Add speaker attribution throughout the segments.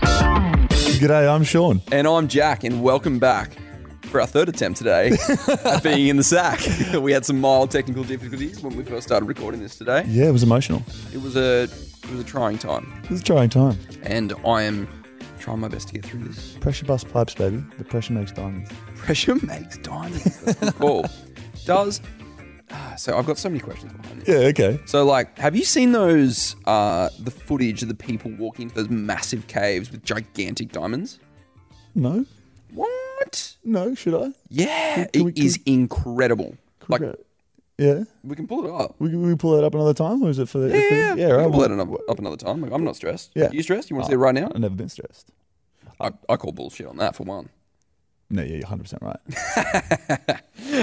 Speaker 1: G'day, I'm Sean.
Speaker 2: And I'm Jack, and welcome back for our third attempt today at being in the sack. we had some mild technical difficulties when we first started recording this today.
Speaker 1: Yeah, it was emotional.
Speaker 2: It was a it was a trying time,
Speaker 1: It was a trying time.
Speaker 2: and I am trying my best to get through this.
Speaker 1: Pressure bust pipes, baby. The pressure makes diamonds.
Speaker 2: Pressure makes diamonds. That's the call. Does ah, so? I've got so many questions behind this.
Speaker 1: Yeah, okay.
Speaker 2: So, like, have you seen those uh, the footage of the people walking into those massive caves with gigantic diamonds?
Speaker 1: No,
Speaker 2: What?
Speaker 1: no, should I?
Speaker 2: Yeah,
Speaker 1: Can we-
Speaker 2: it
Speaker 1: can
Speaker 2: is incredible. Like,
Speaker 1: Okay. yeah.
Speaker 2: we can pull it up.
Speaker 1: We, we pull that up another time, or is it for the? for the-
Speaker 2: Yeah,
Speaker 1: yeah, right.
Speaker 2: We'll let
Speaker 1: well,
Speaker 2: it up, up another time. Like, I'm not stressed.
Speaker 1: Yeah. Uh,
Speaker 2: You stressed? You want to see it right now?
Speaker 1: I've never been stressed.
Speaker 2: I, I call bullshit on that for one.
Speaker 1: No, yeah, you're 100 percent right.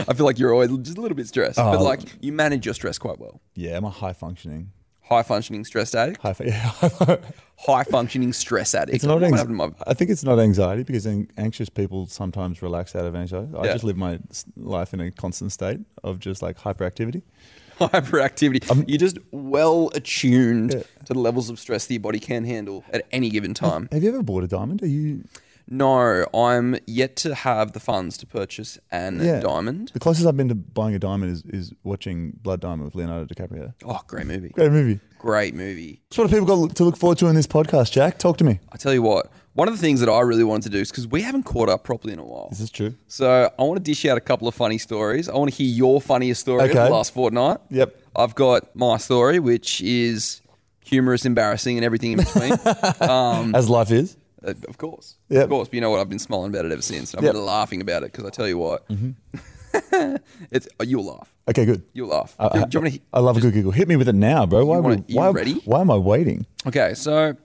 Speaker 2: I feel like you're always just a little bit stressed, but
Speaker 1: Oh.
Speaker 2: like you manage your stress quite well.
Speaker 1: Yeah, I'm a high functioning.
Speaker 2: High functioning stress addict.
Speaker 1: High, fu- yeah.
Speaker 2: High functioning stress addict.
Speaker 1: it's not.
Speaker 2: What
Speaker 1: Anx-
Speaker 2: happened to my-
Speaker 1: I think it's not anxiety because an- anxious people sometimes relax out of anxiety. I
Speaker 2: Yeah.
Speaker 1: just live my s- life in a constant state of just like hyperactivity.
Speaker 2: hyperactivity.
Speaker 1: Um,
Speaker 2: you're just well attuned to the levels of stress that your body can handle at any given time.
Speaker 1: Have you ever bought a diamond? Are you
Speaker 2: No, I'm yet to have the funds to purchase an
Speaker 1: Yeah.
Speaker 2: diamond.
Speaker 1: The closest I've been to buying a diamond is, is watching Blood Diamond with Leonardo DiCaprio.
Speaker 2: Oh, great movie.
Speaker 1: Great movie.
Speaker 2: Great movie.
Speaker 1: So what have people got to look forward to in this podcast, Jack? Talk to me.
Speaker 2: I tell you what, one of the things that I really wanted to do is because we haven't caught up properly in a while.
Speaker 1: Is this true?
Speaker 2: So I want to dish out a couple of funny stories. I want to hear your funniest story of
Speaker 1: Okay.
Speaker 2: the last fortnight.
Speaker 1: Yep.
Speaker 2: I've got my story, which is humorous, embarrassing, and everything in between. uh,
Speaker 1: As life is.
Speaker 2: of course.
Speaker 1: Yep.
Speaker 2: Of course. But you know what? I've been smiling about it ever since. I've
Speaker 1: Yep. Mm-hmm.
Speaker 2: been laughing about it because I tell you what, it's, oh, you'll laugh.
Speaker 1: Okay, good.
Speaker 2: You'll laugh.
Speaker 1: I,
Speaker 2: Do you-
Speaker 1: I-
Speaker 2: do you wanna he-
Speaker 1: I love a good giggle. Hit me with it now, bro. Why,
Speaker 2: wanna-
Speaker 1: we-
Speaker 2: you
Speaker 1: why,
Speaker 2: ready?
Speaker 1: why am I waiting?
Speaker 2: Okay, so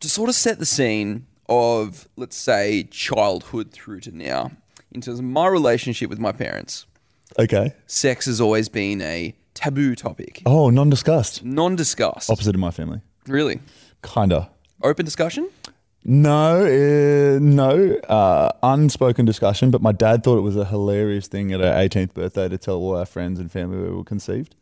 Speaker 2: to sort of set the scene of, let's say, childhood through to now, in terms of my relationship with my parents,
Speaker 1: Okay.
Speaker 2: sex has always been a taboo topic,
Speaker 1: Oh, non-discussed.
Speaker 2: non discussed.
Speaker 1: Opposite of my family.
Speaker 2: Really?
Speaker 1: Kinda.
Speaker 2: Open discussion?
Speaker 1: No, uh, no, uh, unspoken discussion. But my dad thought it was a hilarious thing at our 18th birthday to tell all our friends and family we were conceived.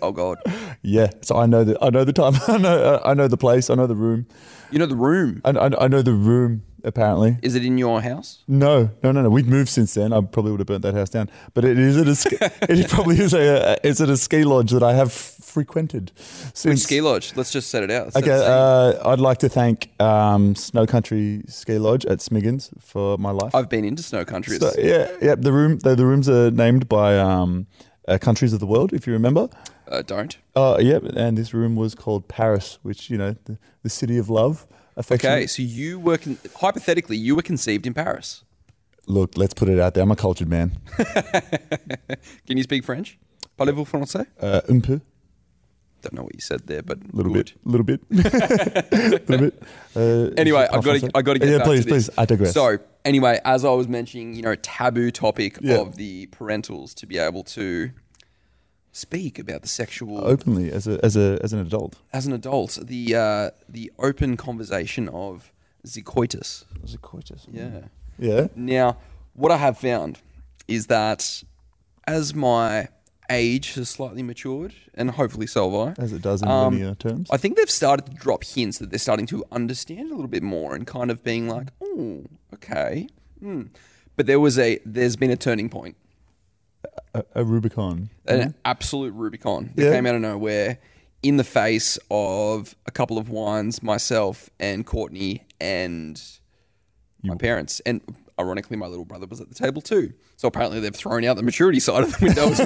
Speaker 2: Oh, God.
Speaker 1: Yeah, so I know the I know the time. I know I know the place. I know the room.
Speaker 2: You know, the room.
Speaker 1: I, I, I know the room. Apparently,
Speaker 2: Is it in your house?
Speaker 1: no, no, no, no. We've moved since then. I probably would have burnt that house down. But it is at a ski- it probably is a it's at a ski lodge that I have frequented
Speaker 2: Which
Speaker 1: since.
Speaker 2: ski lodge? Let's just set it out. Let's set
Speaker 1: Okay,
Speaker 2: the scene.
Speaker 1: uh, I'd like to thank um, Snow Country Ski Lodge at Smiggins for my life.
Speaker 2: I've been into snow countries.
Speaker 1: uh, So, yeah, yeah. The room, the, the rooms are named by um, uh, countries of the world, if you remember.
Speaker 2: uh, don't.
Speaker 1: Uh, yep, and this room was called Paris, which you know, the, the city of love.
Speaker 2: Okay,
Speaker 1: Affectionate.
Speaker 2: so you were, con- hypothetically, you were conceived in Paris.
Speaker 1: Look, let's put it out there. I'm a cultured man.
Speaker 2: Can you speak French? Parlez-vous français?
Speaker 1: Uh, un peu,
Speaker 2: Don't know what you said there, but
Speaker 1: little
Speaker 2: good.
Speaker 1: bit, little bit, little bit. Uh,
Speaker 2: anyway, I've got to, I got to get
Speaker 1: Yeah,
Speaker 2: back
Speaker 1: please,
Speaker 2: to this.
Speaker 1: please. I digress.
Speaker 2: So, anyway, as I was mentioning, you know, taboo topic
Speaker 1: Yeah.
Speaker 2: of the parentals to be able to speak about the sexual
Speaker 1: Openly, as a as a as an adult,
Speaker 2: as an adult, the uh, the open conversation of the coitus.
Speaker 1: as a coitus.
Speaker 2: Yeah.
Speaker 1: Yeah.
Speaker 2: Now, what I have found is that as my age has slightly matured, and hopefully so have I,
Speaker 1: As it does in
Speaker 2: Um,
Speaker 1: linear terms.
Speaker 2: I think they've started to drop hints that they're starting to understand a little bit more and kind of being like, oh, okay. Hmm. But there was a, there's been a turning point,
Speaker 1: A, a Rubicon.
Speaker 2: an absolute Rubicon that
Speaker 1: Yeah.
Speaker 2: came out of nowhere in the face of a couple of wines, myself and Courtney and my parents. And ironically, my little brother was at the table too. So apparently they've thrown out the maturity side of the window as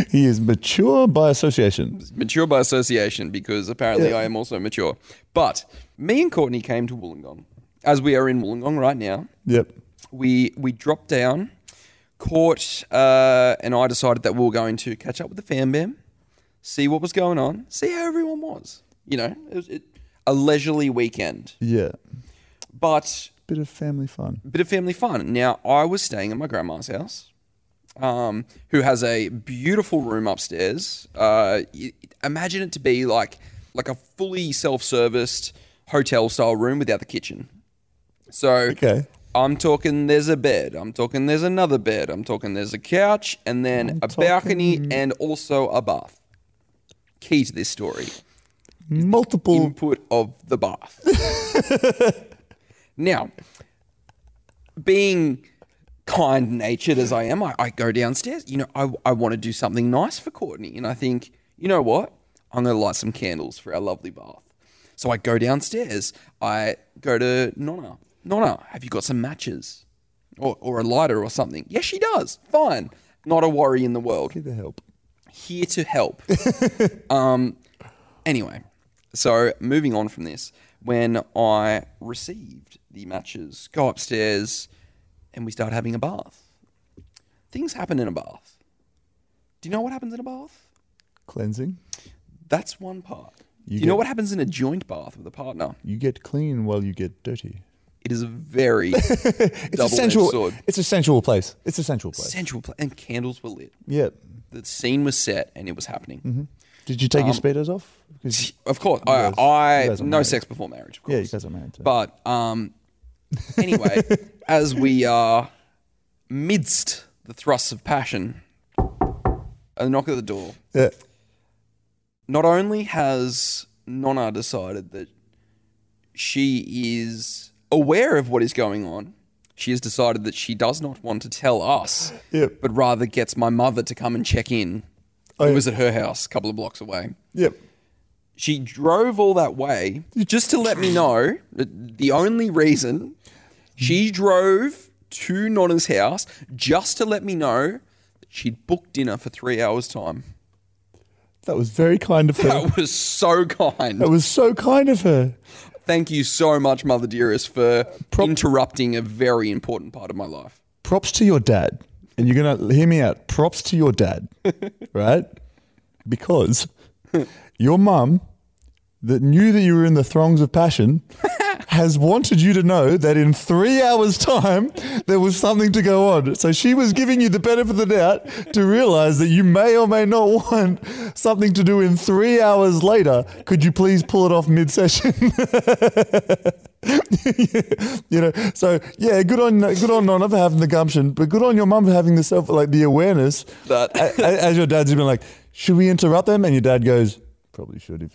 Speaker 2: well.
Speaker 1: He is mature by association.
Speaker 2: mature by association because apparently I am also mature. But me and Courtney came to Wollongong. As we are in Wollongong right now,
Speaker 1: Yep.
Speaker 2: we we dropped down, caught, uh, and I decided that we were going to catch up with the fam bam, see what was going on, see how everyone was. You know, it was it, a leisurely weekend,
Speaker 1: Yeah.
Speaker 2: but
Speaker 1: Bit of family fun.
Speaker 2: bit of family fun. Now I was staying at my grandma's house, um, who has a beautiful room upstairs. Uh, y- imagine it to be like like a fully self serviced hotel style room without the kitchen. So
Speaker 1: Okay.
Speaker 2: I'm talking there's a bed. I'm talking there's another bed. I'm talking there's a couch and then a balcony and also a bath. key to this story
Speaker 1: Multiple.
Speaker 2: input of the bath. now, being kind natured as I am, I, I go downstairs. You know, I, I want to do something nice for Courtney. And I think, you know what? I'm going to light some candles for our lovely bath. So I go downstairs. I go to Nonna. Nonna, have you got some matches or, or a lighter or something? Yes, she does. Fine. Not a worry in the world
Speaker 1: Need the help.
Speaker 2: here to help. um, anyway, so moving on from this, when I received the matches, go upstairs and we start having a bath. Things happen in a bath. Do you know what happens in a bath?
Speaker 1: Cleansing.
Speaker 2: That's one part.
Speaker 1: You
Speaker 2: Do you know
Speaker 1: get-
Speaker 2: what happens in a joint bath with a partner?
Speaker 1: You get clean while you get dirty.
Speaker 2: It is a very
Speaker 1: It's
Speaker 2: double-edged
Speaker 1: essential.
Speaker 2: sword.
Speaker 1: It's a sensual place. It's a sensual place.
Speaker 2: Sensual, pla- and candles were lit.
Speaker 1: yeah.
Speaker 2: The scene was set, and it was happening.
Speaker 1: Did you take
Speaker 2: Um,
Speaker 1: your speedos off? Because
Speaker 2: Of course,
Speaker 1: guys-
Speaker 2: I,
Speaker 1: Mm-hmm. you
Speaker 2: I
Speaker 1: guys are
Speaker 2: no
Speaker 1: married.
Speaker 2: sex before marriage. Of course.
Speaker 1: yeah, you guys are married. So.
Speaker 2: But um, anyway, as we are midst the thrusts of passion, a knock at the door.
Speaker 1: yeah.
Speaker 2: Not only has Nonna decided that she is aware of what is going on, she has decided that she does not want to tell us,
Speaker 1: Yep.
Speaker 2: but rather gets my mother to come and check in.
Speaker 1: Oh,
Speaker 2: it
Speaker 1: yeah.
Speaker 2: was at her house, a couple of blocks away.
Speaker 1: Yep.
Speaker 2: She drove all that way just to let me know that the only reason she drove to Nonna's house just to let me know that she'd booked dinner for three hours' time.
Speaker 1: That was very kind of her.
Speaker 2: That was so kind.
Speaker 1: That was so kind of her.
Speaker 2: Thank you so much, Mother Dearest, for
Speaker 1: Prob-
Speaker 2: interrupting a very important part of my life.
Speaker 1: props to your dad, and you're gonna hear me out. Props to your dad, right? Because your mum, that knew that you were in the throngs of passion, has wanted you to know that in three hours' time there was something to go on. So she was giving you the benefit of the doubt to realize that you may or may not want something to do in three hours later. Could you please pull it off mid-session? you know, so yeah, good on good on Nonna for having the gumption, but good on your mum for having the self like the awareness
Speaker 2: That-
Speaker 1: A- a- as your dad's been like, should we interrupt them? And your dad goes, probably should. If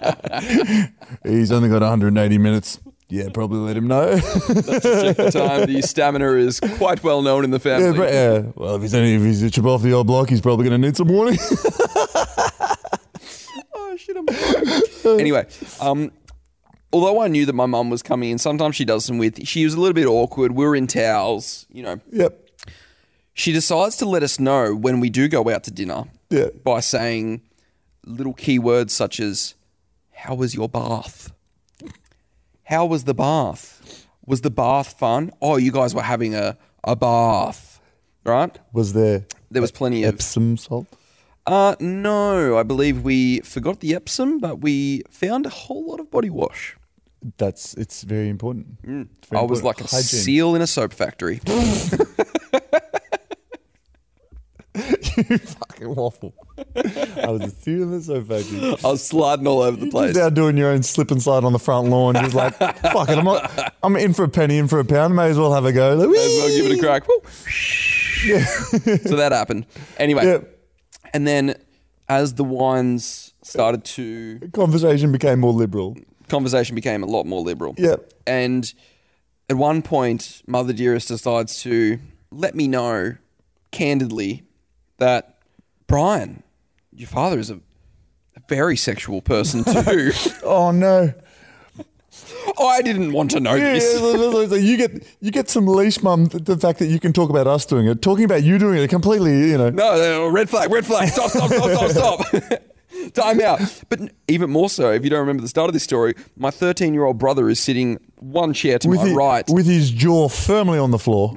Speaker 1: you-" he's only got 180 minutes, yeah, probably let him know.
Speaker 2: Check the time. The stamina is quite well known in the
Speaker 1: yeah,
Speaker 2: family.
Speaker 1: but, yeah, well, if he's only if he's a chip off the old block, he's probably going to need some warning.
Speaker 2: oh shit, I'm anyway, um, although I knew that my mum was coming in, sometimes she does some weird. Th- she was a little bit awkward. We were in towels, you know.
Speaker 1: yep,
Speaker 2: She decides to let us know when we do go out to dinner
Speaker 1: Yeah.
Speaker 2: by saying little keywords such as "How was your bath? How was the bath? Was the bath fun? Oh, you guys were having a a bath, right?
Speaker 1: was there
Speaker 2: There was plenty of
Speaker 1: Epsom salt?
Speaker 2: uh, no, I believe we forgot the Epsom, but we found a whole lot of body wash.
Speaker 1: That's it's very important. It's very
Speaker 2: Mm. I was like a
Speaker 1: important. Hygiene.
Speaker 2: seal in a soap factory.
Speaker 1: you fucking waffle. I was feeling so fucking.
Speaker 2: I was sliding all over the place.
Speaker 1: Just out doing your own slip and slide on the front lawn. Just like, fuck it, I'm, not, I'm in for a penny, in for a pound. May as well have a go. Like,
Speaker 2: As well give it a crack. Woo. so that happened. Anyway,
Speaker 1: Yeah.
Speaker 2: and then as the wines started to,
Speaker 1: Conversation became more liberal.
Speaker 2: conversation became a lot more liberal.
Speaker 1: Yep.
Speaker 2: And at one point, Mother Dearest decides to let me know candidly that Brian, your father, is a, a very sexual person too. Oh,
Speaker 1: Oh no!
Speaker 2: I didn't want to know
Speaker 1: Yeah,
Speaker 2: this.
Speaker 1: yeah, yeah, yeah, yeah. you get you get some leash, mum. th- The fact that you can talk about us doing it, talking about you doing it, completely, you know.
Speaker 2: No, no, no, red flag, red flag. Stop, stop, stop, stop, stop. Time out. But n- even more so, if you don't remember the start of this story, my 13 year old brother is sitting one chair to my
Speaker 1: hi-
Speaker 2: right.
Speaker 1: with his jaw firmly on the floor.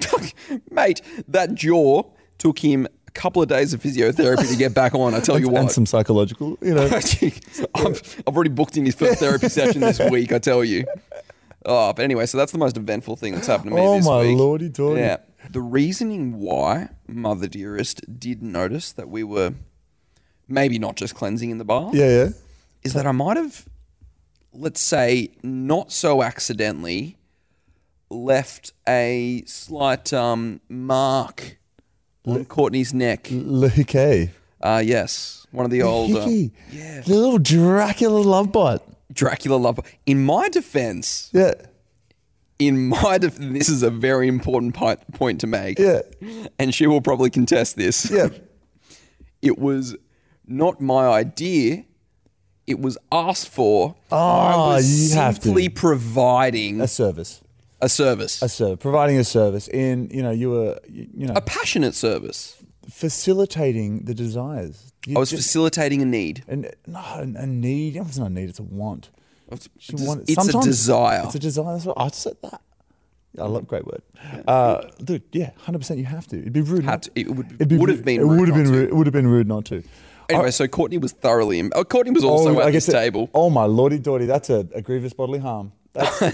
Speaker 2: Mate, that jaw took him a couple of days of physiotherapy to get back on. I tell you
Speaker 1: and
Speaker 2: what.
Speaker 1: some psychological, you know.
Speaker 2: I've, I've already booked in his first therapy session this week, I tell you. Oh, but anyway, so that's the most eventful thing that's happened to me
Speaker 1: Oh,
Speaker 2: this
Speaker 1: my
Speaker 2: week.
Speaker 1: lordy dordy.
Speaker 2: Yeah. The reasoning why Mother Dearest did notice that we were maybe not just cleansing in the bath
Speaker 1: yeah, yeah.
Speaker 2: is that I might have, let's say, not so accidentally left a
Speaker 1: Mm.
Speaker 2: slight um, mark on Courtney's neck.
Speaker 1: L- okay.
Speaker 2: Uh, yes, one of the old uh,
Speaker 1: Oh, Hickey.
Speaker 2: yeah.
Speaker 1: The little Dracula love bot.
Speaker 2: Dracula love. In my defense,
Speaker 1: Yeah.
Speaker 2: in my def- this is a very important pi- point to make.
Speaker 1: Yeah.
Speaker 2: And she will probably contest this.
Speaker 1: Yeah.
Speaker 2: It was not my idea. It was asked for. I
Speaker 1: Ah,
Speaker 2: was
Speaker 1: you have to.
Speaker 2: simply providing
Speaker 1: A
Speaker 2: a,
Speaker 1: service.
Speaker 2: service,
Speaker 1: A
Speaker 2: a,
Speaker 1: service. Providing a service in, you know, you were, you you know,
Speaker 2: passionate service.
Speaker 1: facilitating the desires. You
Speaker 2: I was
Speaker 1: just,
Speaker 2: facilitating a need.
Speaker 1: and no, a need. It's not a need. It's a want. She
Speaker 2: Des-
Speaker 1: wanted-
Speaker 2: it's a
Speaker 1: sometimes
Speaker 2: desire.
Speaker 1: It's a desire. That's what I said that. I love great word. Uh, dude, yeah, hundred percent. You have to. It'd be rude.
Speaker 2: Had
Speaker 1: Not
Speaker 2: to- it would-
Speaker 1: it'd be
Speaker 2: would have
Speaker 1: rude-
Speaker 2: been
Speaker 1: It
Speaker 2: rude
Speaker 1: would have
Speaker 2: not
Speaker 1: been.
Speaker 2: to.
Speaker 1: Rude, it would have been rude not to.
Speaker 2: Anyway, so Courtney was thoroughly. Im- oh, Courtney was also at this
Speaker 1: that-
Speaker 2: table.
Speaker 1: Oh my lordy, daughty, that's a, a grievous bodily harm. That's,
Speaker 2: so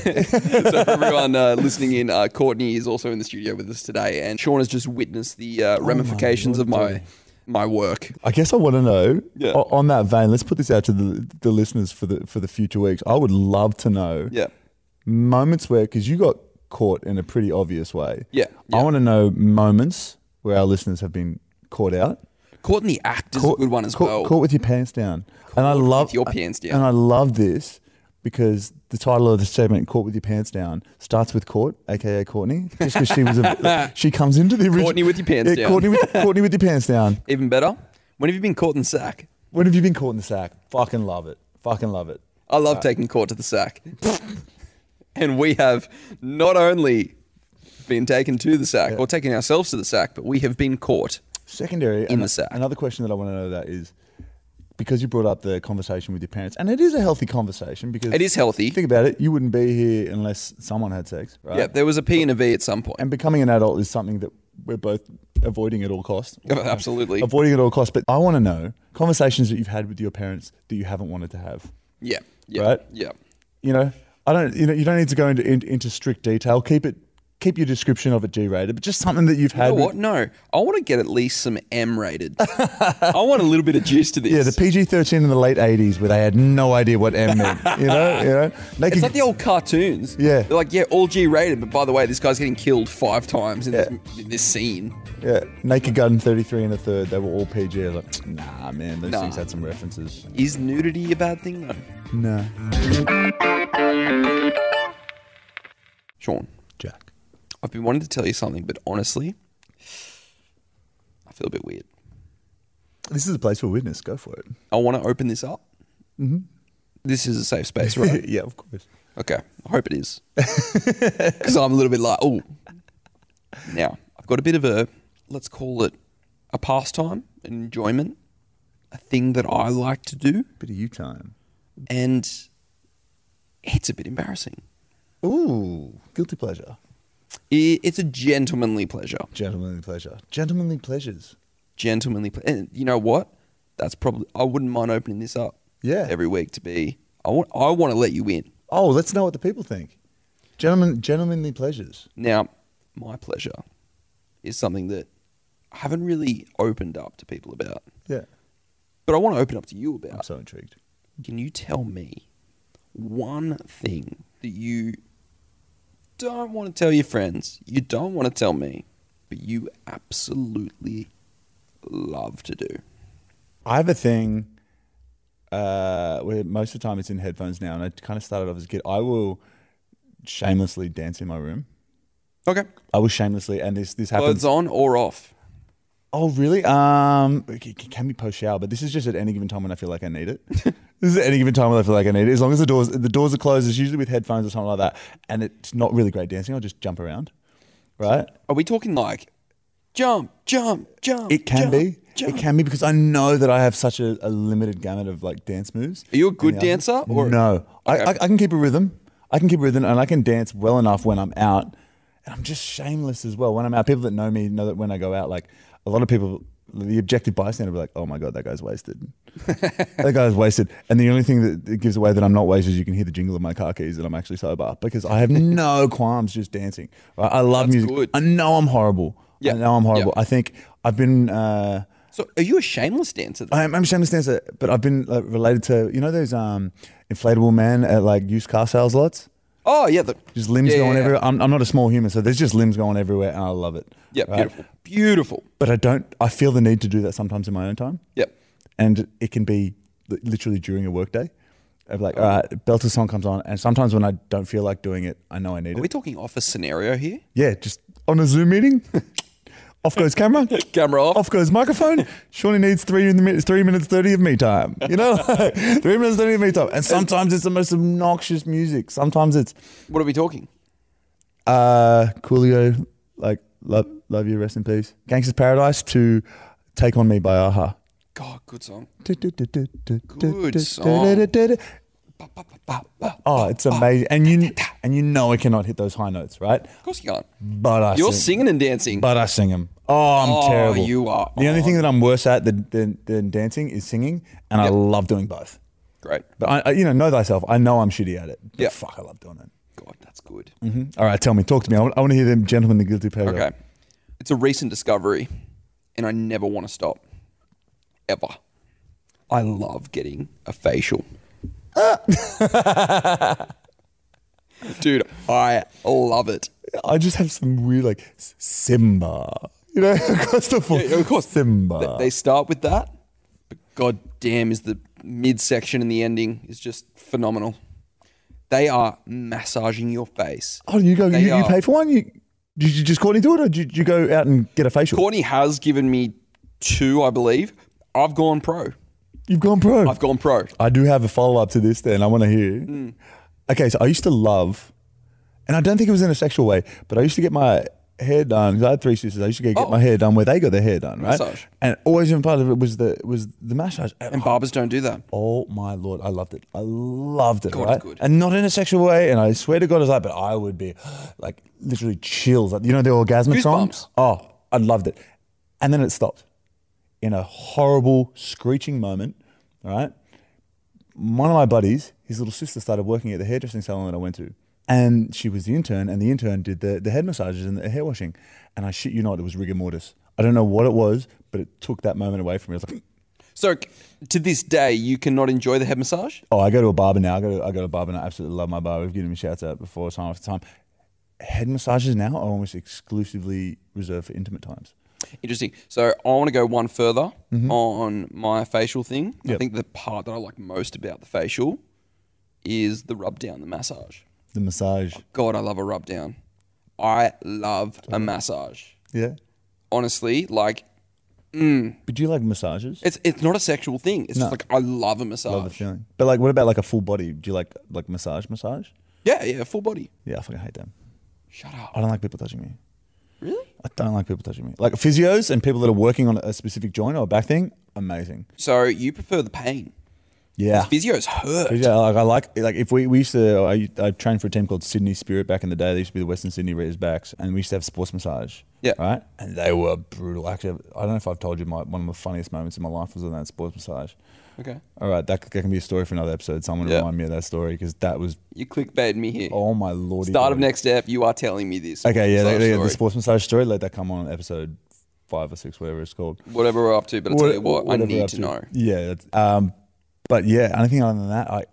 Speaker 2: for everyone uh, listening in, uh, Courtney is also in the studio with us today, and Sean has just witnessed the
Speaker 1: Oh
Speaker 2: uh, ramifications of my my work.
Speaker 1: I guess I want to know.
Speaker 2: Yeah.
Speaker 1: o- On that vein, let's put this out to the, the listeners for the for the future weeks. I would love to know.
Speaker 2: Yeah.
Speaker 1: Moments where, because you got caught in a pretty obvious way.
Speaker 2: Yeah, yeah.
Speaker 1: I want to know moments where our listeners have been caught out.
Speaker 2: Caught in the act is a good one as
Speaker 1: caught,
Speaker 2: well.
Speaker 1: Caught with your pants down. and I love
Speaker 2: your pants down.
Speaker 1: And I love this because the title of the segment, "Caught with Your Pants Down," starts with Court, aka Courtney, just because she was a, she comes into the original
Speaker 2: Courtney with your pants down.
Speaker 1: Courtney with, Courtney with your pants down.
Speaker 2: Even better, when have you been caught in the sack?
Speaker 1: When have you been caught in the sack? Fucking love it. Fucking love it.
Speaker 2: I love taking court to the sack. and we have not only been taken to the sack or taken ourselves to the sack, but we have been caught.
Speaker 1: Secondary
Speaker 2: In
Speaker 1: an-
Speaker 2: the sack.
Speaker 1: Another question that I want to know that is because you brought up the conversation with your parents, and it is a healthy conversation because
Speaker 2: It is healthy.
Speaker 1: Think about it. You wouldn't be here unless someone had sex, right?
Speaker 2: Yeah, there was a P and a V at some point.
Speaker 1: and becoming an adult is something that we're both avoiding at all costs.
Speaker 2: Absolutely.
Speaker 1: Avoiding at all costs. But I want to know conversations that you've had with your parents that you haven't wanted to have.
Speaker 2: Yeah. Yeah.
Speaker 1: Right?
Speaker 2: Yeah.
Speaker 1: You know, I don't. You know, you don't need to go into in, into strict detail. Keep it. Keep your description of it G-rated, but just something that you've
Speaker 2: You
Speaker 1: had.
Speaker 2: know
Speaker 1: with-
Speaker 2: what? No, I want to get at least some M rated. I want a little bit of juice to this.
Speaker 1: Yeah, the PG-13 in the late '80s, where they had no idea what M meant. You know, you know. They
Speaker 2: it's
Speaker 1: could-
Speaker 2: like the old cartoons.
Speaker 1: Yeah.
Speaker 2: They're like, yeah, all G rated, but by the way, this guy's getting killed five times in, this, in this scene.
Speaker 1: Yeah, Naked Gun 33 and a third, they were all PG. I was like, nah, man, those
Speaker 2: Nah.
Speaker 1: things had some references.
Speaker 2: Is nudity a bad thing, though?
Speaker 1: Nah.
Speaker 2: Sean,
Speaker 1: Jack.
Speaker 2: I've been wanting to tell you something, but honestly, I feel a bit weird.
Speaker 1: This is a place for witness. Go for it.
Speaker 2: I want to open this up.
Speaker 1: Mm-hmm.
Speaker 2: This is a safe space, right?
Speaker 1: yeah, of course.
Speaker 2: okay. I hope it is. Because I'm a little bit like, oh. Now, I've got a bit of a, let's call it a pastime, an enjoyment, a thing that I like to do.
Speaker 1: Bit of you time.
Speaker 2: and it's a bit embarrassing.
Speaker 1: Ooh, guilty pleasure.
Speaker 2: I- It's a gentlemanly pleasure.
Speaker 1: Gentlemanly pleasure. Gentlemanly pleasures.
Speaker 2: Gentlemanly, ple- and you know what? That's probably I wouldn't mind opening this up.
Speaker 1: Yeah.
Speaker 2: every week to be. I want. I want to let you in.
Speaker 1: Oh, let's know what the people think. Gentleman, gentlemanly pleasures.
Speaker 2: Now, my pleasure is something that I haven't really opened up to people about,
Speaker 1: Yeah.
Speaker 2: but I want to open up to you
Speaker 1: I'm
Speaker 2: about.
Speaker 1: so intrigued.
Speaker 2: Can you tell me one thing that you don't want to tell your friends, you don't want to tell me, but you absolutely love to do?
Speaker 1: I have a thing uh, where most of the time it's in headphones now, and I kind of started off as a kid. I will shamelessly dance in my room.
Speaker 2: Okay.
Speaker 1: I will shamelessly, and this this happens.
Speaker 2: Clothes on or off?
Speaker 1: Oh, really? Um, it c- can be post shower, but this is just at any given time when I feel like I need it. this is at any given time when I feel like I need it. As long as the doors the doors are closed, it's usually with headphones or something like that, and it's not really great dancing. I'll just jump around, right?
Speaker 2: Are we talking like jump, jump, jump?
Speaker 1: It can
Speaker 2: jump,
Speaker 1: be,
Speaker 2: Jump.
Speaker 1: it can be because I know that I have such a, a limited gamut of like dance moves.
Speaker 2: Are you a good
Speaker 1: And the other-
Speaker 2: dancer, or-
Speaker 1: no? I,
Speaker 2: Okay.
Speaker 1: I I can keep a rhythm. I can keep a rhythm, and I can dance well enough when I'm out. And I'm just shameless as well when I'm out. People that know me know that when I go out, like a lot of people, the objective bystander will be like, "Oh my god, that guy's wasted. that guy's wasted." And the only thing that, that gives away that I'm not wasted is you can hear the jingle of my car keys that I'm actually sober because I have no qualms just dancing. Right? I love music.
Speaker 2: good.
Speaker 1: I know I'm horrible.
Speaker 2: Yeah.
Speaker 1: I know I'm horrible.
Speaker 2: Yeah.
Speaker 1: I think I've been. Uh,
Speaker 2: So, are you a shameless dancer? Then?
Speaker 1: I'm, I'm shameless dancer, but I've been like, related to you know those um, inflatable men at like used car sales lots.
Speaker 2: oh yeah, the,
Speaker 1: Just limbs
Speaker 2: Yeah, yeah,
Speaker 1: going
Speaker 2: yeah.
Speaker 1: everywhere. I'm, I'm not a small human, so there's just limbs going everywhere, and I love it.
Speaker 2: Yep.
Speaker 1: Right.
Speaker 2: Beautiful. Beautiful.
Speaker 1: But I don't, I feel the need to do that sometimes in my own time.
Speaker 2: Yep.
Speaker 1: and it can be li- literally during a workday. Of
Speaker 2: Oh.
Speaker 1: like, all right, Belter song comes on, and sometimes when I don't feel like doing it, I know I need
Speaker 2: Are
Speaker 1: it.
Speaker 2: Oh, we talking office scenario here?
Speaker 1: yeah, just on a Zoom meeting, off goes camera,
Speaker 2: Camera off.
Speaker 1: off goes microphone. Shawnee needs three in the minutes, three minutes thirty of me time. You know, like, three minutes thirty of me time. And sometimes it's the most obnoxious music. Sometimes it's
Speaker 2: What are we talking?
Speaker 1: uh, Coolio, like love, love you, rest in peace. Gangsta's Paradise to Take on Me by Aha.
Speaker 2: God, good song.
Speaker 1: Good
Speaker 2: song. Ba, ba, ba, ba, ba.
Speaker 1: Oh, it's amazing, and you and you know I cannot hit those high notes, right?
Speaker 2: Of course you can't.
Speaker 1: But I
Speaker 2: You're
Speaker 1: sing,
Speaker 2: singing and dancing.
Speaker 1: but I sing them. Oh, I'm
Speaker 2: Oh,
Speaker 1: terrible.
Speaker 2: you are.
Speaker 1: The only thing that I'm worse at than, than, than dancing is singing, and I love doing both.
Speaker 2: Great.
Speaker 1: But I, I, you know, know thyself. I know I'm shitty at it. But
Speaker 2: Yeah.
Speaker 1: fuck, I love doing it. Mm-hmm.
Speaker 2: God, that's good.
Speaker 1: All right, tell me, talk to me. I want, I want to hear them, gentlemen, the guilty pleasure.
Speaker 2: Okay. It's a recent discovery, and I never want to stop. Ever. I love getting a facial. Dude, I love it.
Speaker 1: I just have some weird like S- Simba, you know, across the floor.
Speaker 2: Yeah, of course.
Speaker 1: Simba.
Speaker 2: Th- They start with that, but god damn is the midsection and the ending is just phenomenal. They are massaging your face.
Speaker 1: oh, you go.
Speaker 2: They
Speaker 1: You, you
Speaker 2: are-
Speaker 1: pay for one. You did you just Courtney do it, or did you go out and get a facial?
Speaker 2: Courtney has given me two, I believe. I've gone pro.
Speaker 1: You've gone pro.
Speaker 2: I've gone pro.
Speaker 1: I do have a follow up to this then. I want to hear.
Speaker 2: Mm.
Speaker 1: Okay, so I used to love, and I don't think it was in a sexual way, but I used to get my hair done 'cause I had three sisters. I used to go get
Speaker 2: Oh.
Speaker 1: my hair done where they got their hair done, right?
Speaker 2: Massage.
Speaker 1: And always in part of it was the was the massage.
Speaker 2: And barbers don't do that.
Speaker 1: Oh my lord, I loved it. I loved it,
Speaker 2: God,
Speaker 1: right?
Speaker 2: good.
Speaker 1: And not in a sexual way. And I swear to God, I was like, but I would be like literally chills. Like, you know the orgasmic
Speaker 2: Goosebumps.
Speaker 1: songs? Oh, I loved it. And then it stopped in a horrible screeching moment, all right? One of my buddies, his little sister started working at the hairdressing salon that I went to. And she was the intern, and the intern did the, the head massages and the hair washing. And I shit you not, it was rigor mortis. I don't know what it was, but it took that moment away from me. I was like,
Speaker 2: So c- to this day, you cannot enjoy the head massage.
Speaker 1: Oh, I go to a barber now. I go to, I go to a barber and I absolutely love my barber. We've given him shouts out before time after time. Head massages now are almost exclusively reserved for intimate times.
Speaker 2: Interesting. So I want to go one further on my facial thing. I
Speaker 1: Mm-hmm. Yep.
Speaker 2: think the part that I like most about the facial is the rub down, the massage.
Speaker 1: The massage.
Speaker 2: God, I love a rub down. I love a massage.
Speaker 1: Yeah.
Speaker 2: Honestly, like
Speaker 1: But do you like massages?
Speaker 2: it's it's not a sexual thing. It's
Speaker 1: No.
Speaker 2: just like I love a massage.
Speaker 1: love the feeling. But like what about like a full body? Do you like like massage massage?
Speaker 2: yeah, yeah, full body.
Speaker 1: Yeah, I fucking hate them.
Speaker 2: Shut up.
Speaker 1: I don't like people touching me.
Speaker 2: Really?
Speaker 1: I don't like people touching me. Like physios and people that are working on a specific joint or a back thing, amazing.
Speaker 2: So you prefer the pain?
Speaker 1: Yeah.
Speaker 2: Physios hurt.
Speaker 1: Yeah, like I like like if we, we used to I, I trained for a team called Sydney Spirit back in the day. They used to be the Western Sydney Razorbacks, and we used to have sports massage.
Speaker 2: Yeah.
Speaker 1: right. And they were brutal. Actually, I don't know if I've told you my one of the funniest moments in my life was on that sports massage.
Speaker 2: Okay.
Speaker 1: All right, that, that can be a story for another episode. Someone
Speaker 2: Yeah.
Speaker 1: remind me of that story because that was
Speaker 2: You clickbaited me here.
Speaker 1: oh my lordy.
Speaker 2: Start of
Speaker 1: God.
Speaker 2: next step. You are telling me this.
Speaker 1: Okay, yeah,
Speaker 2: Sorry,
Speaker 1: they- they- the
Speaker 2: sorry.
Speaker 1: sports massage story. Let that come on episode five or six, whatever it's called.
Speaker 2: whatever we're up to. But I tell you what, I
Speaker 1: whatever
Speaker 2: need
Speaker 1: up
Speaker 2: to know.
Speaker 1: Yeah, that's, um, but yeah, anything other than that, I,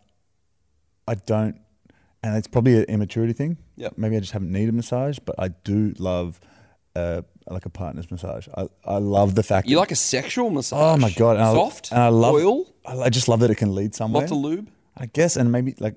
Speaker 1: I don't, and it's probably an immaturity thing.
Speaker 2: Yep.
Speaker 1: maybe I just haven't needed a massage, but I do love, uh, like a partner's massage. I, I love the fact.
Speaker 2: You
Speaker 1: that-
Speaker 2: like a sexual massage?
Speaker 1: oh my god, and I-
Speaker 2: soft
Speaker 1: and I love
Speaker 2: oil,
Speaker 1: I, I just love that it can lead somewhere.
Speaker 2: lots of lube.
Speaker 1: I guess, and maybe like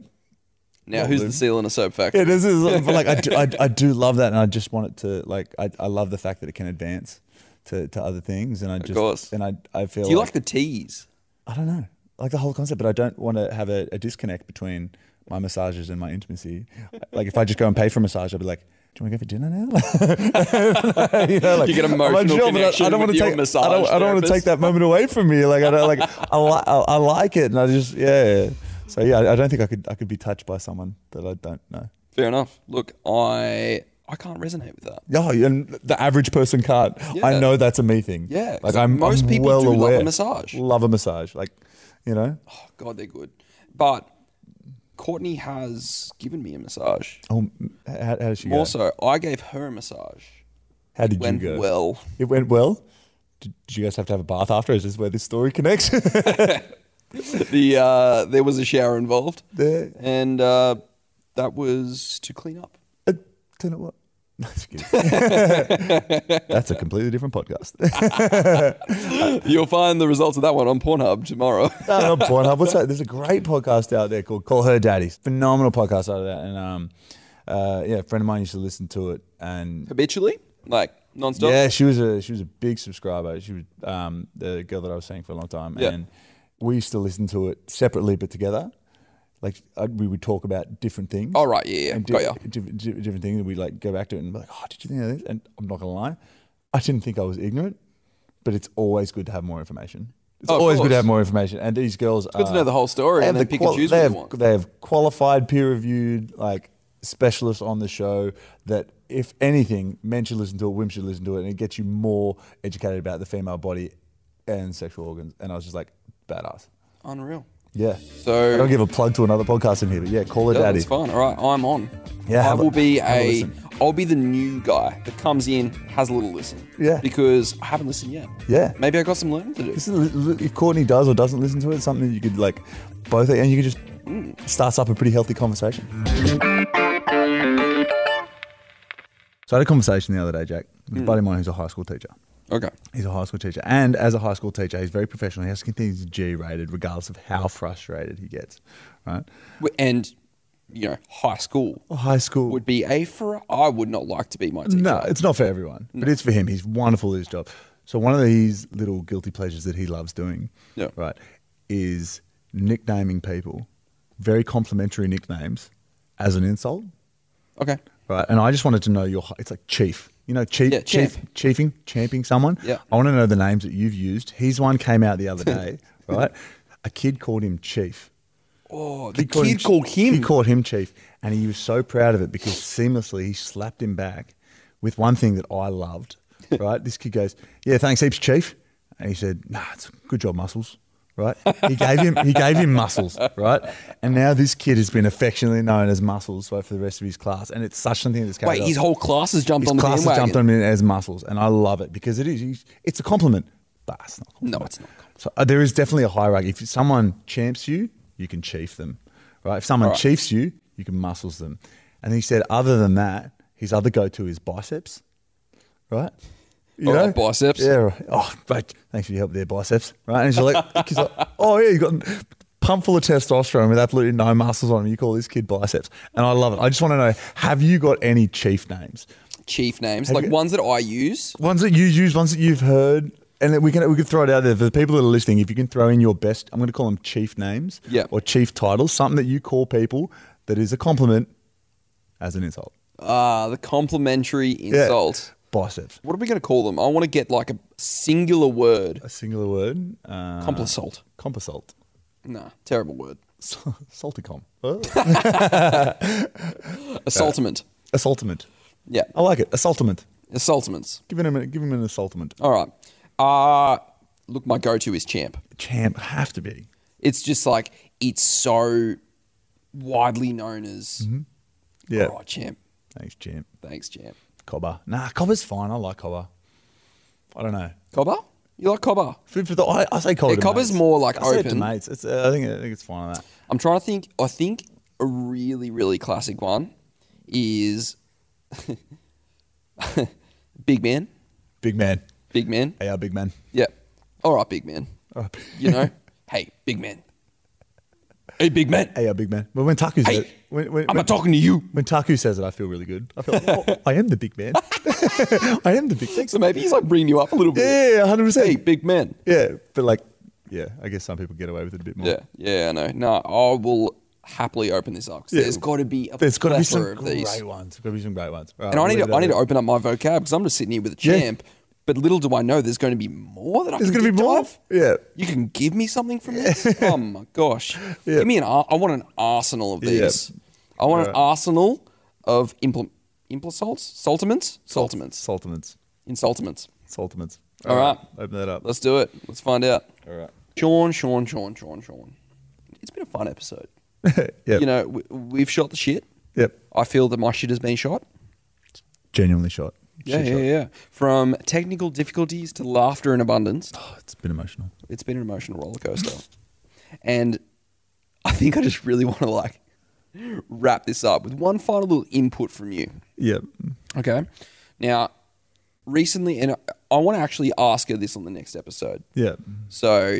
Speaker 2: Now, who's the seal in a soap factory?
Speaker 1: it is, is but like I do, I, I do love that, and I just want it to like I, I love the fact that it can advance to, to other things, and I just
Speaker 2: course.
Speaker 1: and I I feel
Speaker 2: Do you like the tease?
Speaker 1: I don't know. I like the whole concept, but I don't want to have a, a disconnect between my massages and my intimacy. like if I just go and pay for a massage, I'll be like, "Do you want to go for dinner now?" you know, like,
Speaker 2: You get
Speaker 1: I'm
Speaker 2: emotional
Speaker 1: unsure, but
Speaker 2: connection with
Speaker 1: wanna
Speaker 2: your
Speaker 1: take,
Speaker 2: massage
Speaker 1: I don't, I don't want to
Speaker 2: therapist.
Speaker 1: take that moment away from me. Like I don't like. I, li- I, I like it, and I just yeah. yeah. So yeah, I I don't think I could I could be touched by someone that I don't know.
Speaker 2: Fair enough. Look, I I can't resonate with that.
Speaker 1: Yeah, oh, and the average person can't.
Speaker 2: Yeah.
Speaker 1: I know that's a me thing.
Speaker 2: Yeah, 'cause
Speaker 1: like I'm
Speaker 2: most
Speaker 1: I'm
Speaker 2: people
Speaker 1: well
Speaker 2: do love a
Speaker 1: aware.
Speaker 2: massage.
Speaker 1: Love a massage, like you know.
Speaker 2: Oh God, they're good. But Courtney has given me a massage.
Speaker 1: Oh, how, how did she go?
Speaker 2: More so, I gave her a massage.
Speaker 1: How did
Speaker 2: Went
Speaker 1: you go?
Speaker 2: well.
Speaker 1: It went well. Did, did you guys have to have a bath after? Is this where this story connects?
Speaker 2: The uh, there was a shower involved,
Speaker 1: Yeah.
Speaker 2: and uh, that was to clean up.
Speaker 1: Uh, Turn it what? Just kidding. That's a completely different podcast.
Speaker 2: You'll find the results of that one on Pornhub tomorrow.
Speaker 1: no, not Pornhub. What's that? There's a great podcast out there called Call Her Daddy. Phenomenal podcast out of that. And um, uh, yeah, a friend of mine used to listen to it. And
Speaker 2: Habitually? Like nonstop?
Speaker 1: yeah, she was a she was a big subscriber. She was um, the girl that I was seeing for a long time.
Speaker 2: Yeah.
Speaker 1: And we used to listen to it separately but together. Like I, we would talk about different things.
Speaker 2: Oh, right. Yeah, yeah.
Speaker 1: and
Speaker 2: Got ya.
Speaker 1: diff- diff- diff- different things. And we like go back to it and be like, oh, did you think of this? And I'm not gonna lie, I didn't think I was ignorant, but it's always good to have more information. It's
Speaker 2: Oh, of
Speaker 1: always good
Speaker 2: course.
Speaker 1: to have more information. And these girls
Speaker 2: Good to know the whole story and then pick and choose
Speaker 1: they,
Speaker 2: what you
Speaker 1: have,
Speaker 2: want.
Speaker 1: they have qualified, peer-reviewed, like specialists on the show that, if anything, men should listen to it, women should listen to it, and it gets you more educated about the female body and sexual organs. And I was just like, badass.
Speaker 2: Unreal.
Speaker 1: Yeah.
Speaker 2: So-
Speaker 1: I don't give a plug to another podcast in here, but yeah, call it
Speaker 2: Yeah,
Speaker 1: daddy.
Speaker 2: that's fine. All right, I'm on.
Speaker 1: Yeah,
Speaker 2: I
Speaker 1: have a-
Speaker 2: will be
Speaker 1: have a
Speaker 2: a.
Speaker 1: listen.
Speaker 2: I'll be the new guy that comes in, has a little listen.
Speaker 1: Yeah.
Speaker 2: Because I haven't listened yet.
Speaker 1: Yeah.
Speaker 2: Maybe I got some learning to do.
Speaker 1: Listen, li- li- if Courtney does or doesn't listen to it, it's something that you could like both, and you could just starts up a pretty healthy conversation. So I had a conversation the other day, Jack, with a buddy of mine who's a high school teacher.
Speaker 2: Okay.
Speaker 1: He's a high school teacher, and as a high school teacher, he's very professional. He has to keep things G-rated, regardless of how frustrated he gets. Right?
Speaker 2: W- And you know, high school
Speaker 1: A high school
Speaker 2: would be a for. I would not like to be my teacher.
Speaker 1: No, it's not for everyone, but it's for him. He's wonderful at his job. So one of these little guilty pleasures that he loves doing,
Speaker 2: Yeah.
Speaker 1: right, is nicknaming people, very complimentary nicknames, as an insult,
Speaker 2: Okay.
Speaker 1: right? And I just wanted to know your. hi- It's like chief, you know, chief,
Speaker 2: Yeah,
Speaker 1: chief,
Speaker 2: champ.
Speaker 1: chiefing, champing someone.
Speaker 2: Yeah.
Speaker 1: I want to know the names that you've used. His one came out the other day, right? A kid called him chief.
Speaker 2: Oh, the
Speaker 1: He
Speaker 2: kid called him.
Speaker 1: He called him chief, and he was so proud of it because seamlessly he slapped him back with one thing that I loved. Right, this kid goes, "Yeah, thanks heaps, chief," and he said, "Nah, it's good job, muscles." Right, he gave him he gave him muscles. Right, and now this kid has been affectionately known as muscles right, for the rest of his class, and it's such something that's
Speaker 2: Wait, his whole class has jumped
Speaker 1: his
Speaker 2: on the
Speaker 1: class has
Speaker 2: bandwagon.
Speaker 1: jumped on him as muscles, and I love it because it is he's- it's a compliment, but it's not. a compliment.
Speaker 2: No, it's not.
Speaker 1: So uh, there is definitely a hierarchy. If someone champs you, you can chief them, right? If someone
Speaker 2: All right.
Speaker 1: chiefs you, you can muscles them. And he said, other than that, his other go-to is biceps, right? You
Speaker 2: Oh, like biceps?
Speaker 1: Yeah. Right. Oh, but thanks for your help there, biceps. Right? And he's like, he's like, oh yeah, you got a pump full of testosterone with absolutely no muscles on him. You call this kid biceps, and I love it. I just want to know, have you got any chief names?
Speaker 2: Chief names,
Speaker 1: Have
Speaker 2: like
Speaker 1: you-
Speaker 2: ones that I use.
Speaker 1: ones that you use, ones that you've heard, and that we can we could throw it out there for the people that are listening. If you can throw in your best, I'm going to call them chief names,
Speaker 2: Yeah.
Speaker 1: or chief titles, something that you call people that is a compliment as an insult.
Speaker 2: Ah, the complimentary insult.
Speaker 1: Biceps,
Speaker 2: What are we going to call them? I want to get like a singular word.
Speaker 1: a singular word. Uh,
Speaker 2: Complisalt.
Speaker 1: Compasalt.
Speaker 2: Nah, terrible word.
Speaker 1: Salty com.
Speaker 2: Assaultment.
Speaker 1: Assaultment.
Speaker 2: Yeah,
Speaker 1: I like it. Assaultment.
Speaker 2: assaultments.
Speaker 1: Give him a, give him an assaultment.
Speaker 2: All right. Uh look, my go-to is champ.
Speaker 1: Champ have to be.
Speaker 2: It's just like it's so widely known as.
Speaker 1: Mm-hmm. Yeah.
Speaker 2: All right, champ.
Speaker 1: Thanks, champ.
Speaker 2: Thanks, champ.
Speaker 1: Cobber. Nah, cobber's fine. I like cobber. I don't know.
Speaker 2: Cobber, you like cobber?
Speaker 1: Food for the I, I say cobber.
Speaker 2: Yeah,
Speaker 1: to
Speaker 2: cobber's
Speaker 1: mates.
Speaker 2: more like
Speaker 1: I say it to
Speaker 2: open.
Speaker 1: mates. It's, uh, I think I think it's fine on that.
Speaker 2: I'm trying to think. I think a really, really classic one is big man.
Speaker 1: Big man.
Speaker 2: Big man.
Speaker 1: Hey, our big man.
Speaker 2: Yeah. All right, big man.
Speaker 1: All right.
Speaker 2: You know, hey, big man. Hey, big man.
Speaker 1: Hey, our big man. But when Taku says
Speaker 2: Hey,
Speaker 1: it, when, when,
Speaker 2: I'm
Speaker 1: when,
Speaker 2: not talking to you.
Speaker 1: when Taku says it, I feel really good. I feel like, oh, I am the big man. I am the big.
Speaker 2: So maybe he's like bringing you up a little bit.
Speaker 1: Yeah, hundred
Speaker 2: Hey,
Speaker 1: percent.
Speaker 2: big man.
Speaker 1: Yeah, but like, yeah, I guess some people get away with it a bit more.
Speaker 2: Yeah, yeah, I know. No, I will happily open this up. 'cause
Speaker 1: Yeah.
Speaker 2: There's got to be a
Speaker 1: There's got to be some
Speaker 2: plethora of
Speaker 1: great
Speaker 2: these.
Speaker 1: ones. There's got to be some great ones. All right,
Speaker 2: And I
Speaker 1: we'll
Speaker 2: need
Speaker 1: leave
Speaker 2: to,
Speaker 1: it
Speaker 2: I need
Speaker 1: at
Speaker 2: to
Speaker 1: that.
Speaker 2: open up my vocab because I'm just sitting here with a
Speaker 1: Yeah.
Speaker 2: champ. But little do I know, there's going to be more that I
Speaker 1: There's
Speaker 2: can
Speaker 1: gonna
Speaker 2: deep
Speaker 1: be more?
Speaker 2: dive.
Speaker 1: Yeah.
Speaker 2: you can give me something from this. oh my gosh, give me an. ar- I want an arsenal of
Speaker 1: Yeah.
Speaker 2: these. I want an
Speaker 1: Alright.
Speaker 2: arsenal of impl implesalts, saltiments, saltiments,
Speaker 1: Saltiments.
Speaker 2: insultiments.
Speaker 1: Saltiments.
Speaker 2: All right.
Speaker 1: Open that up.
Speaker 2: Let's do it. Let's find out.
Speaker 1: All right.
Speaker 2: Sean, Sean, Sean, Sean, Sean. It's been a fun episode.
Speaker 1: yep.
Speaker 2: You know, we, we've shot the shit.
Speaker 1: Yep.
Speaker 2: I feel that my shit has been shot.
Speaker 1: Genuinely shot.
Speaker 2: Yeah,
Speaker 1: Shit
Speaker 2: yeah,
Speaker 1: shot.
Speaker 2: yeah. From technical difficulties to laughter in abundance,
Speaker 1: Oh, it's been emotional.
Speaker 2: it's been an emotional roller coaster. and I think I just really want to like wrap this up with one final little input from you.
Speaker 1: Yep.
Speaker 2: Okay. Now, recently, and I want to actually ask her this on the next episode.
Speaker 1: Yeah.
Speaker 2: So,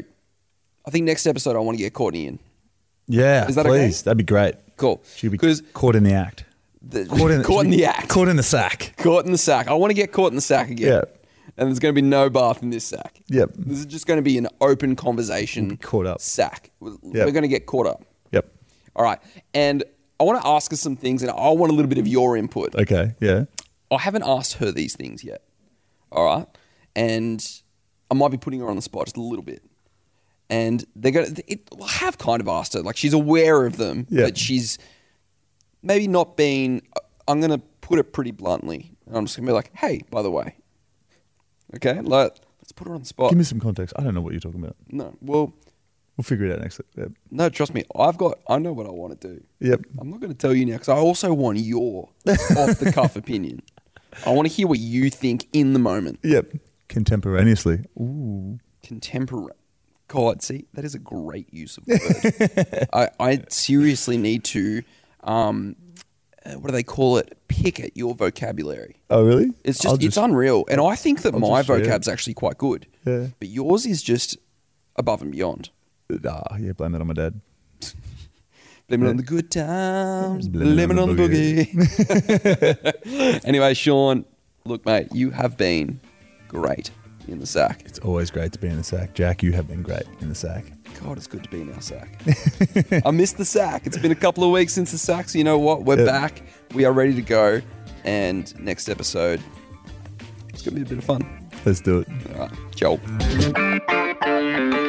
Speaker 2: I think next episode I want to get Courtney in.
Speaker 1: Yeah.
Speaker 2: Is that okay?
Speaker 1: please. That'd be great.
Speaker 2: Cool.
Speaker 1: She'd be
Speaker 2: because
Speaker 1: caught in the act.
Speaker 2: the,
Speaker 1: Caught in,
Speaker 2: caught in
Speaker 1: she'd be
Speaker 2: the act,
Speaker 1: Caught in the sack.
Speaker 2: caught in the sack. I want to get caught in the sack again.
Speaker 1: Yeah.
Speaker 2: And there's going to be no bath in this sack.
Speaker 1: Yep.
Speaker 2: This is just going to be an open conversation.
Speaker 1: caught up.
Speaker 2: Sack.
Speaker 1: Yep.
Speaker 2: We're going to get caught up.
Speaker 1: Yep.
Speaker 2: All right. And I want to ask her some things, and I want a little bit of your input.
Speaker 1: Okay. Yeah.
Speaker 2: I haven't asked her these things yet. All right. And I might be putting her on the spot just a little bit. And they're going to, I have kind of asked her. Like, she's aware of them,
Speaker 1: Yeah.
Speaker 2: but she's maybe not been, I'm going to put it pretty bluntly. And I'm just going to be like, hey, by the way. Okay. Like, let's put her on the spot.
Speaker 1: Give me some context. I don't know what you're talking about.
Speaker 2: no. Well,
Speaker 1: We'll figure it out next. Yep.
Speaker 2: no, trust me. I've got, I know what I want to do.
Speaker 1: Yep.
Speaker 2: I'm not going to tell you now because I also want your off the cuff opinion. I want to hear what you think in the moment.
Speaker 1: Yep. Contemporaneously. Ooh.
Speaker 2: Contemporary. God, see, that is a great use of the word. I, I seriously need to, um, uh, what do they call it? Pick at your vocabulary.
Speaker 1: Oh, really?
Speaker 2: It's just,
Speaker 1: I'll
Speaker 2: it's unreal. And I think that
Speaker 1: I'll
Speaker 2: my
Speaker 1: just share it.
Speaker 2: vocab's actually quite good.
Speaker 1: Yeah.
Speaker 2: But yours is just above and beyond.
Speaker 1: Nah, ah, yeah, blame that on my dad.
Speaker 2: Blame it on the good times.
Speaker 1: Blame it
Speaker 2: Blame, it
Speaker 1: on
Speaker 2: on
Speaker 1: the
Speaker 2: the boogie. anyway, Sean, look, mate, you have been great in the sack.
Speaker 1: It's always great to be in the sack. Jack, you have been great in the sack.
Speaker 2: God, it's good to be in our sack. I missed the sack. It's been a couple of weeks since the sack, so you know what? We're
Speaker 1: Yeah.
Speaker 2: back. We are ready to go. And next episode, it's going to be a bit of fun.
Speaker 1: Let's do it.
Speaker 2: All right, ciao.